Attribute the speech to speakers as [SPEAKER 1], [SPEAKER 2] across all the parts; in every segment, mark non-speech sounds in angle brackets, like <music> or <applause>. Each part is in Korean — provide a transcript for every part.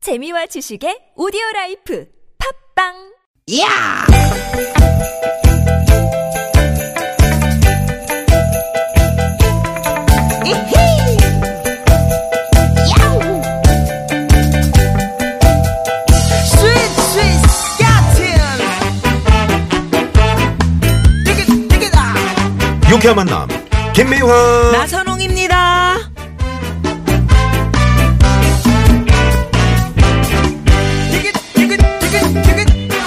[SPEAKER 1] 재미와 지식의 오디오 라이프 팝빵!
[SPEAKER 2] 야! 이히! 야우! 스윗 스윗 스카틴! 디귿 디귿아!
[SPEAKER 3] 유쾌한 만남 김미화
[SPEAKER 2] 나선홍입니다.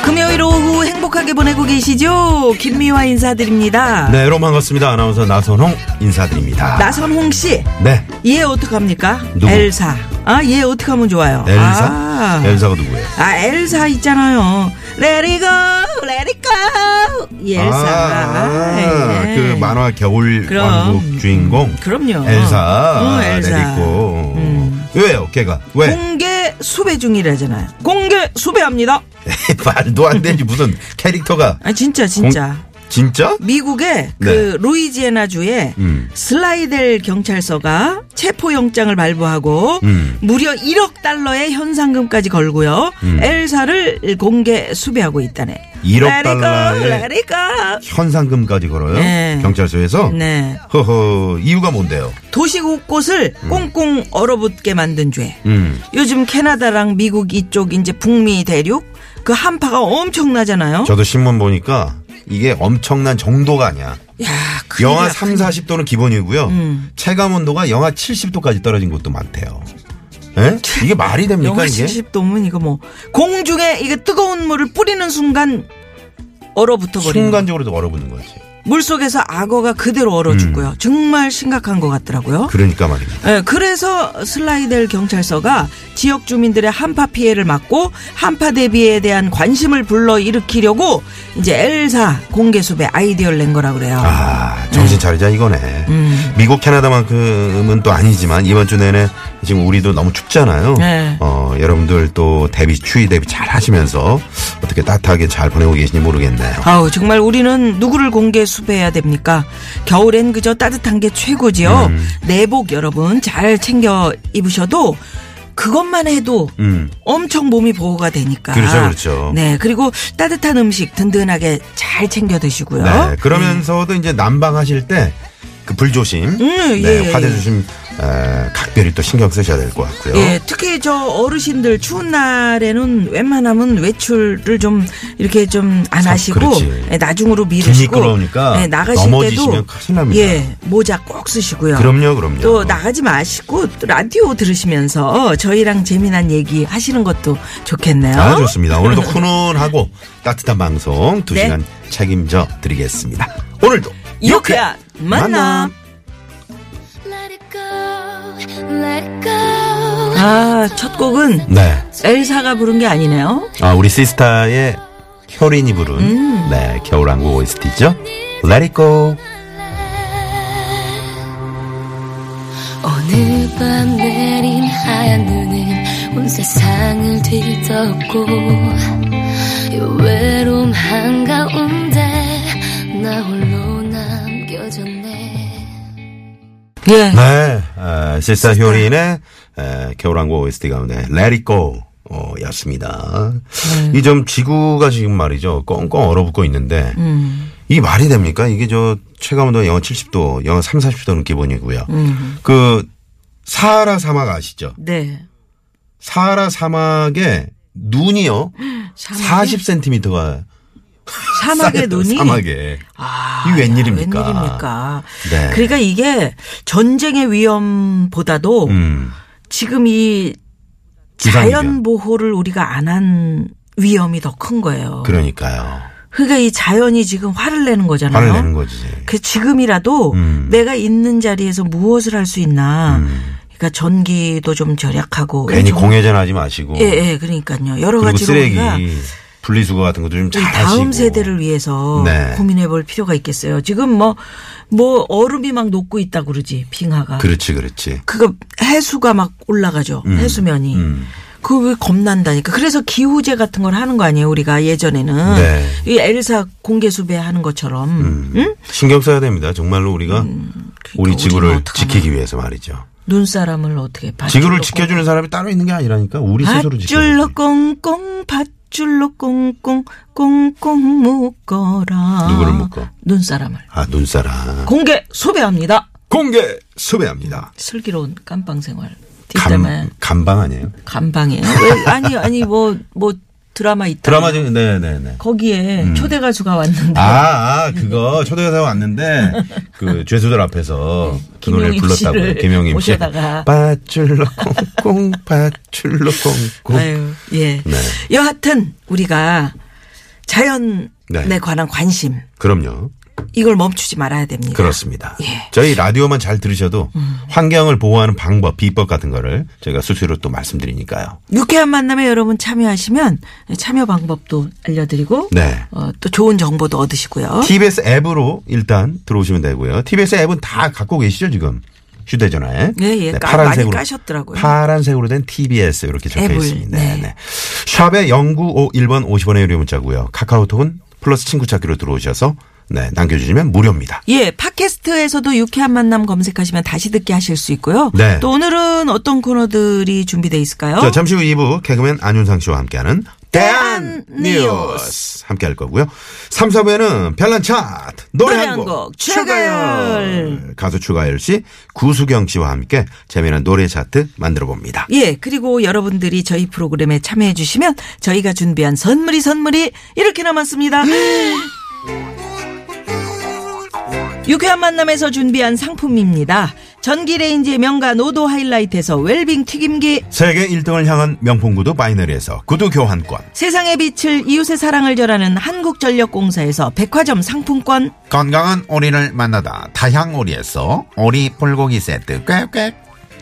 [SPEAKER 4] 금요일 오후 행복하게 보내고 계시죠? 김미화 인사드립니다.
[SPEAKER 3] 네 여러분 반갑습니다 아나운서 나선홍 인사드립니다
[SPEAKER 4] 나선홍 씨,
[SPEAKER 3] 네
[SPEAKER 4] 얘 어떡합니까?
[SPEAKER 3] 누구?
[SPEAKER 4] 엘사. 아, 얘 어떡하면 좋아요?
[SPEAKER 3] 엘사
[SPEAKER 4] 아,
[SPEAKER 3] 엘사가 누구예요
[SPEAKER 4] 아, 엘사 있잖아요. 레리고, 레리고. 이 예, 엘사.
[SPEAKER 3] 아,
[SPEAKER 4] 예.
[SPEAKER 3] 그 만화 겨울
[SPEAKER 4] 그럼. 음,
[SPEAKER 3] 왕국 주인공
[SPEAKER 4] 그럼요.
[SPEAKER 3] 엘사
[SPEAKER 4] 응, 엘사. 음.
[SPEAKER 3] 내리고 왜요 걔가 왜
[SPEAKER 4] 공개 수배 중이라잖아요. 공개 수배합니다.
[SPEAKER 3] <laughs> 말도 안 되지 무슨 캐릭터가
[SPEAKER 4] 아, 진짜, 진짜.
[SPEAKER 3] 공- 진짜
[SPEAKER 4] 미국의 그 루이지애나 주의
[SPEAKER 3] 네. 음.
[SPEAKER 4] 슬라이델 경찰서가 체포 영장을 발부하고
[SPEAKER 3] 음.
[SPEAKER 4] 무려 1억 달러의 현상금까지 걸고요. 엘사를 공개 수배하고 있다네.
[SPEAKER 3] 1억
[SPEAKER 4] Let it go,
[SPEAKER 3] 달러의
[SPEAKER 4] let it go.
[SPEAKER 3] 현상금까지 걸어요
[SPEAKER 4] 네.
[SPEAKER 3] 경찰서에서
[SPEAKER 4] 네.
[SPEAKER 3] 허허 이유가 뭔데요
[SPEAKER 4] 도시 곳곳을 꽁꽁 얼어붙게 만든 죄.
[SPEAKER 3] 음
[SPEAKER 4] 요즘 캐나다랑 미국 이쪽 이제 북미 대륙 그 한파가 엄청나잖아요.
[SPEAKER 3] 저도 신문 보니까 이게 엄청난 정도가 아니야
[SPEAKER 4] 야, 큰일이야,
[SPEAKER 3] 영하
[SPEAKER 4] 큰일.
[SPEAKER 3] 3, 40도는 기본이고요.
[SPEAKER 4] 음.
[SPEAKER 3] 체감 온도가 영하 70도까지 떨어진 곳도 많대요. 예? 이게 말이 됩니까
[SPEAKER 4] 영하
[SPEAKER 3] 이게?
[SPEAKER 4] 70도면 이거 뭐 공중에 이게 뜨거운 물을 뿌리는 순간 얼어붙어 버리는
[SPEAKER 3] 순간적으로도 얼어붙는 거지.
[SPEAKER 4] 물 속에서 악어가 그대로 얼어 죽고요. 정말 심각한 것 같더라고요.
[SPEAKER 3] 음. 그러니까 말입니다.
[SPEAKER 4] 예, 그래서 슬라이델 경찰서가 지역 주민들의 한파 피해를 막고 한파 대비에 대한 관심을 불러 일으키려고 이제 엘사 공개 수배 아이디어를 낸 거라 그래요.
[SPEAKER 3] 아 정신 차리자 이거네.
[SPEAKER 4] 음.
[SPEAKER 3] 미국 캐나다만큼은 또 아니지만 이번 주 내내 지금 우리도 너무 춥잖아요.
[SPEAKER 4] 네.
[SPEAKER 3] 어 여러분들 또 대비 추위 대비 잘 하시면서 어떻게 따뜻하게 잘 보내고 계신지 모르겠네요.
[SPEAKER 4] 아우 정말 우리는 누구를 공개 수배해야 됩니까? 겨울엔 그저 따뜻한 게 최고지요.
[SPEAKER 3] 음.
[SPEAKER 4] 내복 여러분 잘 챙겨 입으셔도 그것만 해도
[SPEAKER 3] 음.
[SPEAKER 4] 엄청 몸이 보호가 되니까.
[SPEAKER 3] 그렇죠, 그렇죠.
[SPEAKER 4] 네, 그리고 따뜻한 음식 든든하게 잘 챙겨 드시고요.
[SPEAKER 3] 네. 그러면서도 이제 난방하실 때 그 불조심,
[SPEAKER 4] 예,
[SPEAKER 3] 네,
[SPEAKER 4] 예,
[SPEAKER 3] 화재
[SPEAKER 4] 예.
[SPEAKER 3] 조심 에, 각별히 또 신경 쓰셔야 될 것 같고요.
[SPEAKER 4] 예, 특히 저 어르신들 추운 날에는 웬만하면 외출을 좀 이렇게 좀 안
[SPEAKER 3] 참,
[SPEAKER 4] 하시고
[SPEAKER 3] 그렇지.
[SPEAKER 4] 예, 나중으로 미루시고 예,
[SPEAKER 3] 미끄러우니까
[SPEAKER 4] 나가실
[SPEAKER 3] 넘어지시면
[SPEAKER 4] 때도
[SPEAKER 3] 큰일 납니다.
[SPEAKER 4] 예, 모자 꼭 쓰시고요.
[SPEAKER 3] 그럼요, 그럼요.
[SPEAKER 4] 또 나가지 마시고 또 라디오 들으시면서 저희랑 재미난 얘기 하시는 것도 좋겠네요.
[SPEAKER 3] 아, 좋습니다. 오늘도 훈훈하고 따뜻한 방송 두
[SPEAKER 4] 네.
[SPEAKER 3] 시간 책임져 드리겠습니다. 오늘도
[SPEAKER 4] 유쾌한 만남.
[SPEAKER 5] Let it go, let it go.
[SPEAKER 4] 아, 첫 곡은
[SPEAKER 3] 네.
[SPEAKER 4] 엘사가 부른 게 아니네요.
[SPEAKER 3] 아, 우리 시스타의 효린이 부른
[SPEAKER 4] 음.
[SPEAKER 3] 네, 겨울왕국 OST죠. Let it go.
[SPEAKER 5] 오늘 밤 내린 하얀 눈은 온 세상을 뒤덮고 이 외로움 한가운데 나 홀로 남겨졌네
[SPEAKER 4] 예.
[SPEAKER 3] 네. 아, 시스타 효린의 에, 겨울왕국 OST 가운데 Let it go. 어, 였습니다.
[SPEAKER 4] 네.
[SPEAKER 3] 이 좀 지구가 지금 말이죠. 꽁꽁 얼어붙고 있는데
[SPEAKER 4] 음.
[SPEAKER 3] 이 말이 됩니까? 이게 저 체감온도 영하 70도, 영하 3, 40도는 기본이고요.
[SPEAKER 4] 음.
[SPEAKER 3] 그 사하라 사막 아시죠?
[SPEAKER 4] 네.
[SPEAKER 3] 사하라 사막에 눈이요. 40cm가
[SPEAKER 4] 사막의 눈이
[SPEAKER 3] 사막에.
[SPEAKER 4] 아,
[SPEAKER 3] 이게
[SPEAKER 4] 야,
[SPEAKER 3] 웬일입니까?
[SPEAKER 4] 웬일입니까?
[SPEAKER 3] 네.
[SPEAKER 4] 그러니까 이게 전쟁의 위험보다도
[SPEAKER 3] 음.
[SPEAKER 4] 지금 이
[SPEAKER 3] 기상이죠.
[SPEAKER 4] 자연 보호를 우리가 안 한 위험이 더 큰 거예요.
[SPEAKER 3] 그러니까요.
[SPEAKER 4] 그러니까 이 자연이 지금 화를 내는 거잖아요.
[SPEAKER 3] 화를 내는 거지.
[SPEAKER 4] 그 지금이라도
[SPEAKER 3] 음.
[SPEAKER 4] 내가 있는 자리에서 무엇을 할 수 있나. 그러니까 전기도 좀 절약하고
[SPEAKER 3] 괜히
[SPEAKER 4] 좀-
[SPEAKER 3] 공회전 하지 마시고.
[SPEAKER 4] 그 예, 예, 그러니까요. 여러
[SPEAKER 3] 그리고
[SPEAKER 4] 가지로
[SPEAKER 3] 쓰레기,
[SPEAKER 4] 우리가
[SPEAKER 3] 분리수거 같은 것도 좀
[SPEAKER 4] 이
[SPEAKER 3] 잘 하시고.
[SPEAKER 4] 다음 세대를 위해서
[SPEAKER 3] 네.
[SPEAKER 4] 고민해 볼 필요가 있겠어요. 지금 뭐, 뭐, 얼음이 막 녹고 있다 그러지, 빙하가. 그
[SPEAKER 3] 그렇지, 그렇지.
[SPEAKER 4] 거 해수가 막 올라가죠, 해수면이.
[SPEAKER 3] 음.
[SPEAKER 4] 그거 왜 겁난다니까. 그래서 기후제 같은 걸 하는 거 아니에요, 우리가 예전에는.
[SPEAKER 3] 네.
[SPEAKER 4] 이 엘사 공개 수배하는 것처럼.
[SPEAKER 3] 음. 신경 써야 됩니다. 정말로 우리가
[SPEAKER 4] 음? 그러니까
[SPEAKER 3] 우리
[SPEAKER 4] 우리는
[SPEAKER 3] 지구를
[SPEAKER 4] 어떡하나. 아,
[SPEAKER 3] 지키기 위해서 말이죠.
[SPEAKER 4] 눈사람을 어떻게 밧줄로
[SPEAKER 3] 지구를
[SPEAKER 4] 꽁-
[SPEAKER 3] 지켜주는 사람이 따로 있는 게 아니라니까 우리 스스로 지켜주는
[SPEAKER 4] 밧줄로 꽁꽁 밧줄로 꽁꽁 꽁꽁 묶어라.
[SPEAKER 3] 누구를 묶어?
[SPEAKER 4] 눈사람을.
[SPEAKER 3] 아 눈사람
[SPEAKER 4] 공개 소배합니다.
[SPEAKER 3] 공개 수배합니다.
[SPEAKER 4] 슬기로운 깜빵 생활. 뒷담에
[SPEAKER 3] 감, 감방 아니에요?
[SPEAKER 4] 감방에 왜, 아니 아니 뭐 뭐 드라마 있다.
[SPEAKER 3] 드라마 중 네네네.
[SPEAKER 4] 거기에 초대 가수가 왔는데
[SPEAKER 3] 아, 아 그거 초대가사
[SPEAKER 4] <laughs>
[SPEAKER 3] 왔는데 그 죄수들 앞에서 그 노래를
[SPEAKER 4] 네. 김용임 씨를
[SPEAKER 3] 불렀다고요. 김용임 씨. <laughs>
[SPEAKER 4] 모셔다가.
[SPEAKER 3] 밧줄로 콩콩 밧줄로 콩콩.
[SPEAKER 4] 아유, 예.
[SPEAKER 3] 뭐? 네.
[SPEAKER 4] 여하튼 우리가 자연에
[SPEAKER 3] 네.
[SPEAKER 4] 관한 관심
[SPEAKER 3] 그럼요.
[SPEAKER 4] 이걸 멈추지 말아야 됩니다.
[SPEAKER 3] 그렇습니다.
[SPEAKER 4] 예. 음.
[SPEAKER 3] 저희 라디오만 잘 들으셔도 환경을 보호하는 방법, 비법 같은 거를 저희가 수시로 또 말씀드리니까요.
[SPEAKER 4] 유쾌한 만남에 여러분 참여하시면 참여 방법도 알려드리고
[SPEAKER 3] 네.
[SPEAKER 4] 어, 또 좋은 정보도 얻으시고요.
[SPEAKER 3] TBS 앱으로 일단 들어오시면 되고요. TBS 앱은 다 갖고 계시죠 지금 휴대전화에. 네,
[SPEAKER 4] 예, 예. 까- 많이 까셨더라고요.
[SPEAKER 3] 파란색으로 된 TBS 이렇게 적혀
[SPEAKER 4] 앱을,
[SPEAKER 3] 있습니다.
[SPEAKER 4] 네.
[SPEAKER 3] 샵에 0951번 50원의 유료 문자고요. 카카오톡은 플러스 친구 찾기로 들어오셔서 네, 남겨주시면 무료입니다.
[SPEAKER 4] 예, 팟캐스트에서도 유쾌한 만남 검색하시면 다시 듣게 하실 수 있고요.
[SPEAKER 3] 네.
[SPEAKER 4] 또 오늘은 어떤 코너들이 준비돼 있을까요?
[SPEAKER 3] 자, 잠시 후 2부 개그맨 안윤상 씨와 함께하는 대한
[SPEAKER 4] 대한
[SPEAKER 3] 뉴스 함께 할 거고요. 3, 4부에는 별난 차트 노래
[SPEAKER 4] 노래 한
[SPEAKER 3] 한 곡
[SPEAKER 4] 곡,
[SPEAKER 3] 추가열
[SPEAKER 4] 추가열.
[SPEAKER 3] 가수 추가열 씨 구수경 씨와 함께 재미난 노래 차트 만들어 봅니다.
[SPEAKER 4] 예, 그리고 여러분들이 저희 프로그램에 참여해 주시면 저희가 준비한 선물이 선물이 이렇게 남았습니다.
[SPEAKER 3] 네.
[SPEAKER 4] 유쾌한 만남에서 준비한 상품입니다. 전기레인지의 명가 노도 하이라이트에서 웰빙 튀김기
[SPEAKER 3] 세계 1등을 향한 명품 구두 바이너리에서 구두 교환권
[SPEAKER 4] 세상의 빛을 이웃의 사랑을 절하는 한국전력공사에서 백화점 상품권
[SPEAKER 3] 건강한 오리를 만나다 다향 오리에서 오리 불고기 세트 꽥꽥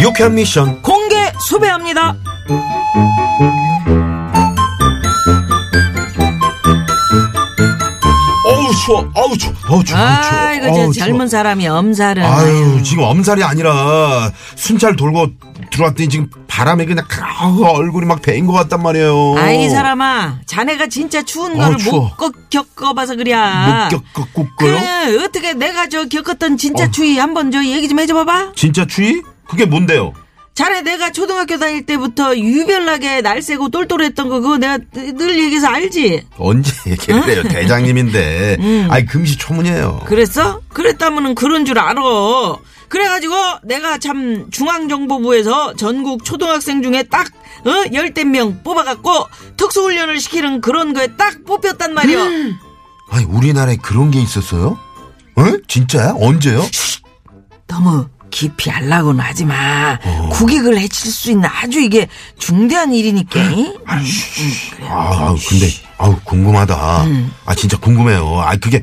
[SPEAKER 3] 유쾌한 미션
[SPEAKER 4] 공개 수배합니다
[SPEAKER 3] 어우 추워 어우 추워 어우 추워 어우 추워.
[SPEAKER 4] 아 이거
[SPEAKER 3] 어우, 추워.
[SPEAKER 4] 저 젊은 사람이 엄살은
[SPEAKER 3] 아유
[SPEAKER 4] 음.
[SPEAKER 3] 지금 엄살이 아니라 순찰 돌고 들어왔더니 지금 바람에 그냥 그 얼굴이 막 베인 것 같단 말이에요
[SPEAKER 4] 아이 사람아 자네가 진짜 추운
[SPEAKER 3] 아,
[SPEAKER 4] 거를
[SPEAKER 3] 추워.
[SPEAKER 4] 못 겪- 겪어봐서 그래
[SPEAKER 3] 못 겪어 꿀거요 어.
[SPEAKER 4] 그래 어떻게 내가 저 겪었던 진짜 추위 한번 저 얘기 좀 해줘봐봐
[SPEAKER 3] 진짜 추위? 그게 뭔데요?
[SPEAKER 4] 자네 내가 초등학교 다닐 때부터 유별나게 날쌔고 똘똘했던 거 그거 내가 늘 얘기해서 알지
[SPEAKER 3] 언제 <laughs> 얘기를 해요 대장님인데 아이 금시초문이에요
[SPEAKER 4] 음. 그랬어? 그랬다면은 그런 줄 알아. 그래가지고 내가 참 중앙정보부에서 전국 초등학생 중에 딱 어? 열댓 명 뽑아갖고 특수훈련을 시키는 그런 거에 딱 뽑혔단 말이야.
[SPEAKER 3] 음. 아니 우리나라에 그런 게 있었어요? 어? 진짜야? 언제요?
[SPEAKER 4] 너무 깊이 알라고는 하지 마.
[SPEAKER 3] 어.
[SPEAKER 4] 국익을 해칠 수 있는 아주 이게 중대한 일이니까.
[SPEAKER 3] 음. 아 근데 아우 궁금하다
[SPEAKER 4] 음.
[SPEAKER 3] 아 진짜 궁금해요 아 그게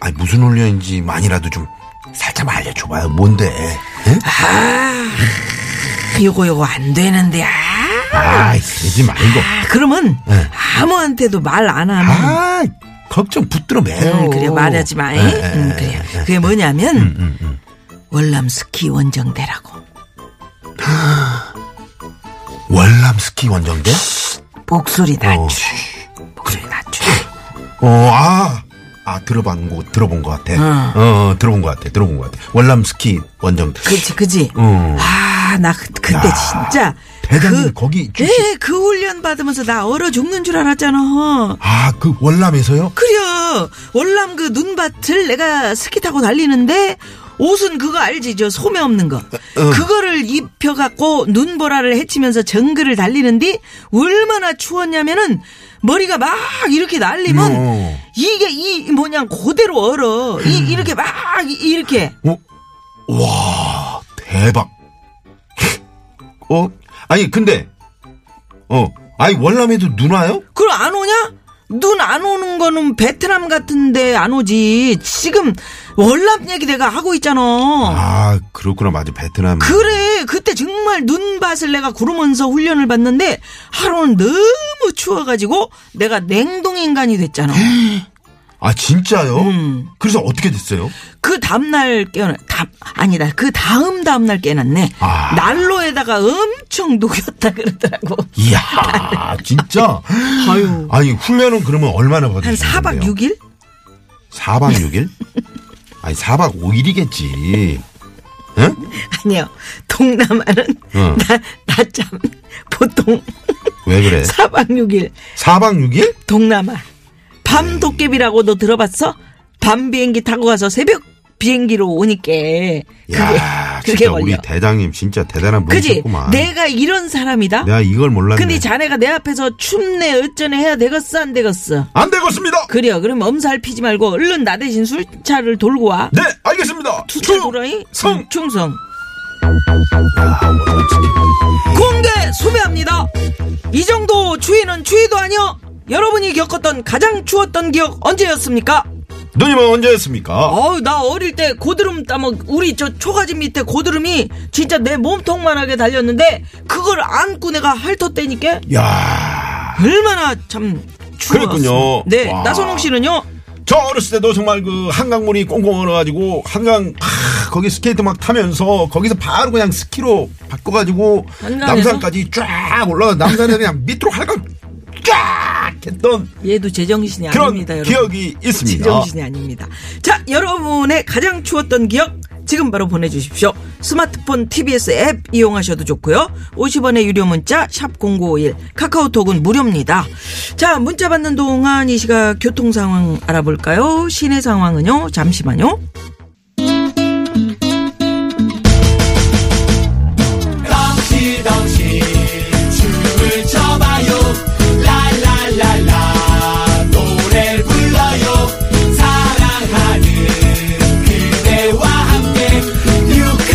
[SPEAKER 3] 아 무슨 훈련인지 만이라도 좀 살짝 알려줘봐요 뭔데 에?
[SPEAKER 4] 그 요거 요거 안 되는데. 아,
[SPEAKER 3] 아 그러지 말고
[SPEAKER 4] 그러면 아무한테도 말 안 하면
[SPEAKER 3] 네. 아 걱정 붙들어 매요
[SPEAKER 4] 음, 그래 말하지 마.
[SPEAKER 3] 예,
[SPEAKER 4] 잉? 음, 그래. 그게 뭐냐면
[SPEAKER 3] 음,
[SPEAKER 4] 월남 스키 원정대라고.
[SPEAKER 3] 월남 스키 원정대
[SPEAKER 4] 목소리 낮추.
[SPEAKER 3] 그래
[SPEAKER 4] 낮추.
[SPEAKER 3] 어아아 들어본 거 들어본 것 같아 어, 어, 들어본 것 같아 들어본 것 같아 월남 스키 원정대
[SPEAKER 4] 그치 그치.
[SPEAKER 3] 어.
[SPEAKER 4] 아 나 그때
[SPEAKER 3] 야,
[SPEAKER 4] 진짜
[SPEAKER 3] 대장님 거기 주시.
[SPEAKER 4] 네, 그 훈련 받으면서 나 얼어 죽는 줄 알았잖아.
[SPEAKER 3] 아, 그 월남에서요?
[SPEAKER 4] 그려 월남 그 눈밭을 내가 스키 타고 달리는데 옷은 그거 알지 저 소매 없는 거
[SPEAKER 3] 어.
[SPEAKER 4] 그거를 입혀갖고 눈보라를 헤치면서 정글을 달리는 뒤 얼마나 추웠냐면은 머리가 막 이렇게 날리면
[SPEAKER 3] 어.
[SPEAKER 4] 이게 이 뭐냐 그대로 얼어 이, 이렇게 막 이- 이렇게
[SPEAKER 3] 어? 와, 대박. 어? 아니, 근데, 어, 아니, 월남에도 눈 와요?
[SPEAKER 4] 그럼 안 오냐? 눈 안 오는 거는 베트남 같은데 안 오지 지금 월남 얘기 내가 하고 있잖아
[SPEAKER 3] 아, 그렇구나. 맞아, 베트남.
[SPEAKER 4] 어. 그래 그때 정말 눈밭을 내가 구르면서 훈련을 받는데 하루는 너무 추워가지고 내가 냉동인간이 됐잖아
[SPEAKER 3] 아, 진짜요?
[SPEAKER 4] 음.
[SPEAKER 3] 그래서 어떻게 됐어요?
[SPEAKER 4] 그 다음날 깨어나 다, 아니다 그 다음 다음날 깨났네
[SPEAKER 3] 아.
[SPEAKER 4] 난로에다가 엄청 녹였다 그러더라고 <laughs>
[SPEAKER 3] 이야, 진짜.
[SPEAKER 4] 아유
[SPEAKER 3] 아니, 훈련은 그러면 얼마나 받으셨는데요?
[SPEAKER 4] 한 4박 6일?
[SPEAKER 3] 4박 6일? 아니, 4박 5일이겠지. 응?
[SPEAKER 4] 아니요 동남아는
[SPEAKER 3] 응.
[SPEAKER 4] 나 낮잠 보통
[SPEAKER 3] 왜
[SPEAKER 4] <laughs>
[SPEAKER 3] 그래?
[SPEAKER 4] 4박 6일
[SPEAKER 3] 4박 6일?
[SPEAKER 4] 동남아 밤 도깨비라고 너 들어봤어? 밤 비행기 타고 가서 새벽 비행기로 오니까 그게
[SPEAKER 3] 야,
[SPEAKER 4] <laughs> 그게
[SPEAKER 3] 진짜
[SPEAKER 4] 걸려.
[SPEAKER 3] 우리 대장님 진짜 대단한
[SPEAKER 4] 그지?
[SPEAKER 3] 분이셨구만.
[SPEAKER 4] 내가 이런 사람이다.
[SPEAKER 3] 내가 이걸 몰랐네.
[SPEAKER 4] 근데 자네가 내 앞에서 춥네 어쩌네 해야 되겠어 안 되겠어?
[SPEAKER 3] 안 되겠습니다.
[SPEAKER 4] 그래요. 그럼 엄살 피지 말고 얼른 나 대신 술차를 돌고 와.
[SPEAKER 3] 네, 알겠습니다.
[SPEAKER 4] 술차 돌아이? 음,
[SPEAKER 3] 충성.
[SPEAKER 4] 충성. 공개 수배합니다. 이 정도 추위는 추위도 아니여. 여러분이 겪었던 가장 추웠던 기억 언제였습니까?
[SPEAKER 3] 누님은 언제였습니까?
[SPEAKER 4] 어우 나 어릴 때 고드름 따먹 우리 저 초가집 밑에 고드름이 진짜 내 몸통만하게 달렸는데 그걸 안고 내가 핥았다니까
[SPEAKER 3] 야,
[SPEAKER 4] 얼마나 참 추웠어.
[SPEAKER 3] 그랬군요.
[SPEAKER 4] 네
[SPEAKER 3] 와.
[SPEAKER 4] 나선홍 씨는요.
[SPEAKER 3] 저 어렸을 때도 정말 그 한강물이 꽁꽁 얼어가지고 한강 아, 거기 스케이트 막 타면서 거기서 바로 그냥 스키로 바꿔가지고
[SPEAKER 4] 한강에서?
[SPEAKER 3] 남산까지 쫙 올라가 남산에서 그냥 밑으로 할강 쫙 했던
[SPEAKER 4] 얘도 제정신이
[SPEAKER 3] 그런
[SPEAKER 4] 아닙니다. 여러분.
[SPEAKER 3] 기억이 있습니다.
[SPEAKER 4] 제정신이 아닙니다. 자 여러분의 가장 추웠던 기억 지금 바로 보내주십시오. 스마트폰 TBS 앱 이용하셔도 좋고요. 50원의 유료 문자 샵 #0951 카카오톡은 무료입니다. 자 문자 받는 동안 이 시각 교통 상황 알아볼까요? 시내 상황은요. 잠시만요.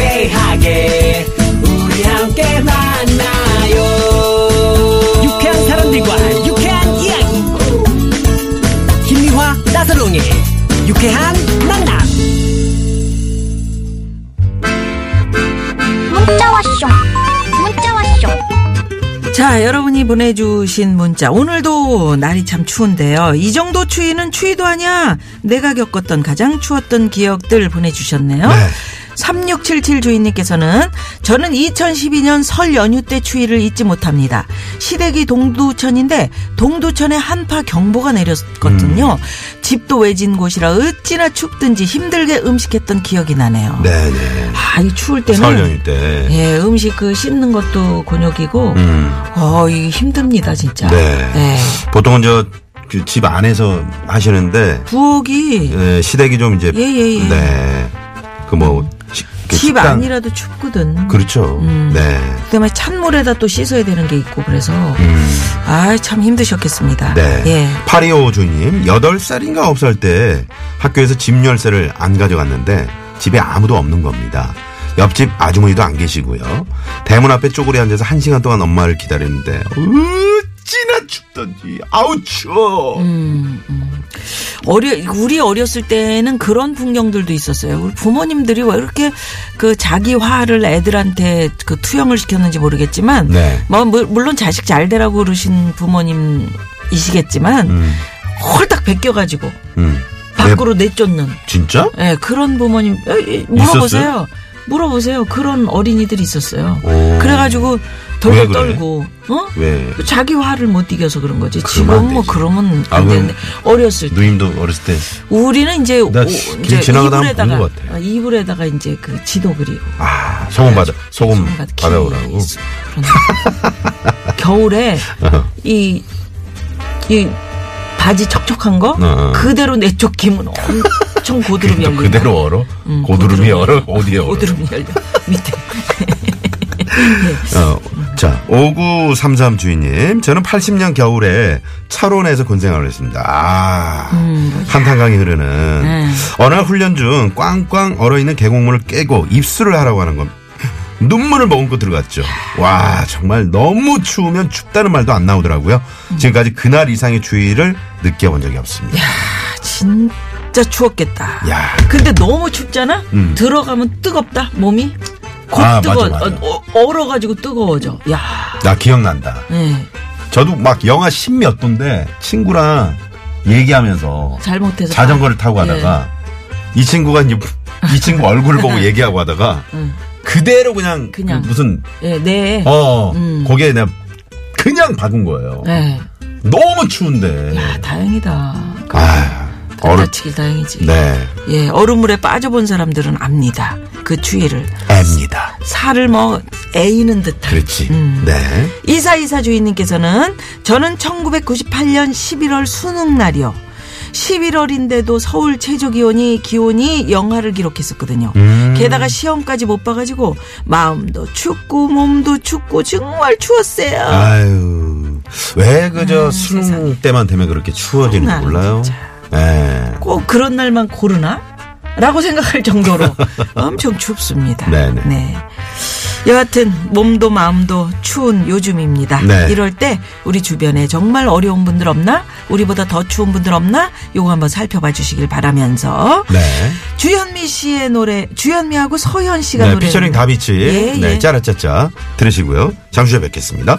[SPEAKER 6] 유쾌하게 우리 함께 만나요 유쾌한 사람들과 유쾌한 이야기 김미화 나선롱의 유쾌한 만남
[SPEAKER 7] 문자 왔쇼 문자 왔쇼
[SPEAKER 4] 자, 여러분이 보내주신 문자. 오늘도 날이 참 추운데요. 이 정도 추위는 추위도 아니야. 내가 겪었던 가장 추웠던 기억들 보내주셨네요.
[SPEAKER 3] 네.
[SPEAKER 4] 3677 주인님께서는 저는 2012년 설 연휴 때 추위를 잊지 못합니다. 시댁이 동두천인데 동두천에 한파 경보가 내렸거든요.
[SPEAKER 3] 음.
[SPEAKER 4] 집도 외진 곳이라 어찌나 춥든지 힘들게 음식했던 기억이 나네요.
[SPEAKER 3] 네네.
[SPEAKER 4] 아, 이 추울 때는
[SPEAKER 3] 설 연휴 때.
[SPEAKER 4] 예, 음식 그 씻는 것도 곤욕이고
[SPEAKER 3] 음.
[SPEAKER 4] 어, 이 힘듭니다, 진짜.
[SPEAKER 3] 네.
[SPEAKER 4] 예.
[SPEAKER 3] 보통은 저집 안에서 하시는데
[SPEAKER 4] 부엌이
[SPEAKER 3] 예, 시댁이 좀 이제
[SPEAKER 4] 예, 예, 예.
[SPEAKER 3] 네. 그뭐
[SPEAKER 4] 집 아니라도 춥거든.
[SPEAKER 3] 그렇죠. 네.
[SPEAKER 4] 그다음에 찬물에다 또 씻어야 되는 게 있고 그래서
[SPEAKER 3] 음,
[SPEAKER 4] 아, 참 힘드셨겠습니다.
[SPEAKER 3] 네.
[SPEAKER 4] 예.
[SPEAKER 3] 파리오 주님, 8살인가 9살 때 학교에서 집 열쇠를 안 가져갔는데 집에 아무도 없는 겁니다. 옆집 아주머니도 안 계시고요. 대문 앞에 쪼그려 앉아서 한 시간 동안 엄마를 기다리는데 어찌나 춥던지 아우 추워.
[SPEAKER 4] 어려 우리 어렸을 때는 그런 풍경들도 있었어요. 우리 부모님들이 왜 이렇게 그 자기 화를 애들한테 그 투영을 시켰는지 모르겠지만
[SPEAKER 3] 네.
[SPEAKER 4] 뭐 물- 물론 자식 잘 되라고 그러신 부모님이시겠지만
[SPEAKER 3] 음,
[SPEAKER 4] 홀딱 베껴 가지고
[SPEAKER 3] 음.
[SPEAKER 4] 밖으로 내쫓는
[SPEAKER 3] 네, 진짜?
[SPEAKER 4] 예, 그런 부모님 에, 에, 어, 물어보세요. 물어보세요. 그런 어린이들이 있었어요.
[SPEAKER 3] 오.
[SPEAKER 4] 그래가지고
[SPEAKER 3] 왜
[SPEAKER 4] 덜덜
[SPEAKER 3] 그래?
[SPEAKER 4] 떨고, 어?
[SPEAKER 3] 왜?
[SPEAKER 4] 자기 화를 못 이겨서 그런 거지.
[SPEAKER 3] 그러면 안
[SPEAKER 4] 지금 뭐
[SPEAKER 3] 되지.
[SPEAKER 4] 그러면
[SPEAKER 3] 아,
[SPEAKER 4] 안
[SPEAKER 3] 그럼
[SPEAKER 4] 되는데 어렸을 때
[SPEAKER 3] 누님도 어렸을 때.
[SPEAKER 4] 우리는 이제
[SPEAKER 3] 나
[SPEAKER 4] 오-
[SPEAKER 3] 길 지나가다 한번 본것 같아.
[SPEAKER 4] 아, 이불에다가 이제 그 지도 그리고
[SPEAKER 3] 아, 소금 받아, 소금
[SPEAKER 4] 같은
[SPEAKER 3] 받아오라고.
[SPEAKER 4] 키 있어. 그런 거. 겨울에
[SPEAKER 3] <laughs> 어.
[SPEAKER 4] 이, 이 바지 척척한 거
[SPEAKER 3] 어.
[SPEAKER 4] 그대로 내쫓기면 엄청
[SPEAKER 3] 또
[SPEAKER 4] 고드름이 열려.
[SPEAKER 3] 그대로 얼어?
[SPEAKER 4] 음,
[SPEAKER 3] 음, 고드름이 얼어? 어디에 얼어?
[SPEAKER 4] 고드름이 열려. 밑에.
[SPEAKER 3] 어, 자, 5933 주인님. 저는 80년 겨울에 차론에서 군생활을 했습니다. 아, 한탄강이 흐르는. 어느 날 훈련 중 꽝꽝 얼어있는 계곡물을 깨고 입수를 하라고 하는 건 눈물을 머금고 들어갔죠. 와, 정말 너무 추우면 춥다는 말도 안 나오더라고요. 지금까지 그날 이상의 추위를 느껴본 적이 없습니다.
[SPEAKER 4] 아, 진짜 추웠겠다.
[SPEAKER 3] 야. 음.
[SPEAKER 4] 근데 너무 춥잖아? 들어가면 뜨겁다, 몸이. 곧
[SPEAKER 3] 아,
[SPEAKER 4] 뜨거워.
[SPEAKER 3] 맞아, 맞아.
[SPEAKER 4] 어, 어, 얼어가지고 뜨거워져. 야
[SPEAKER 3] 나 기억난다.
[SPEAKER 4] 예.
[SPEAKER 3] 저도 막 영하 10몇 도인데 친구랑 얘기하면서
[SPEAKER 4] 잘못해서.
[SPEAKER 3] 자전거를 타고
[SPEAKER 4] 예.
[SPEAKER 3] 가다가 이 친구가 이제 이 친구 얼굴을
[SPEAKER 4] <laughs>
[SPEAKER 3] 보고 얘기하고 하다가
[SPEAKER 4] 응.
[SPEAKER 3] 그대로 그냥, 그
[SPEAKER 4] 그냥.
[SPEAKER 3] 무슨
[SPEAKER 4] 예, 네.
[SPEAKER 3] 어
[SPEAKER 4] 음.
[SPEAKER 3] 거기에 내가 그냥 박은 거예요.
[SPEAKER 4] 예.
[SPEAKER 3] 너무 추운데.
[SPEAKER 4] 야, 다행이다.
[SPEAKER 3] 아 얼음
[SPEAKER 4] 다치길 다행이지.
[SPEAKER 3] 네
[SPEAKER 4] 예, 얼음물에 빠져본 사람들은 압니다. 그 추위를.
[SPEAKER 3] 앱니다.
[SPEAKER 4] 살을 뭐 애이는 듯한.
[SPEAKER 3] 그렇지.
[SPEAKER 4] 음.
[SPEAKER 3] 네.
[SPEAKER 4] 이사이사 주인님께서는 저는 1998년 11월 수능 날이요. 11월인데도 서울 최저 기온이 기온이 영하를 기록했었거든요. 게다가 시험까지 못 봐가지고 마음도 춥고 몸도 춥고 정말 추웠어요.
[SPEAKER 3] 아, 아유 왜
[SPEAKER 4] 아,
[SPEAKER 3] 그저 수능 때만 되면 그렇게 추워지는지
[SPEAKER 4] 정말,
[SPEAKER 3] 몰라요.
[SPEAKER 4] 진짜.
[SPEAKER 3] 네.
[SPEAKER 4] 꼭 그런 날만 고르나? 라고
[SPEAKER 3] <laughs>
[SPEAKER 4] 생각할 정도로 엄청 춥습니다.
[SPEAKER 3] 네네.
[SPEAKER 4] 네. 여하튼 몸도 마음도 추운 요즘입니다.
[SPEAKER 3] 네.
[SPEAKER 4] 이럴 때 우리 주변에 정말 어려운 분들 없나? 우리보다 더 추운 분들 없나? 요거 한번 살펴봐 주시길 바라면서
[SPEAKER 3] 네.
[SPEAKER 4] 주현미 씨의 노래 주현미하고 서현 씨가
[SPEAKER 3] 네,
[SPEAKER 4] 노래
[SPEAKER 3] 피처링 다비치.
[SPEAKER 4] 예,
[SPEAKER 3] 네,
[SPEAKER 4] 예.
[SPEAKER 3] 짜라짜짜 들으시고요. 잠시 후에 뵙겠습니다.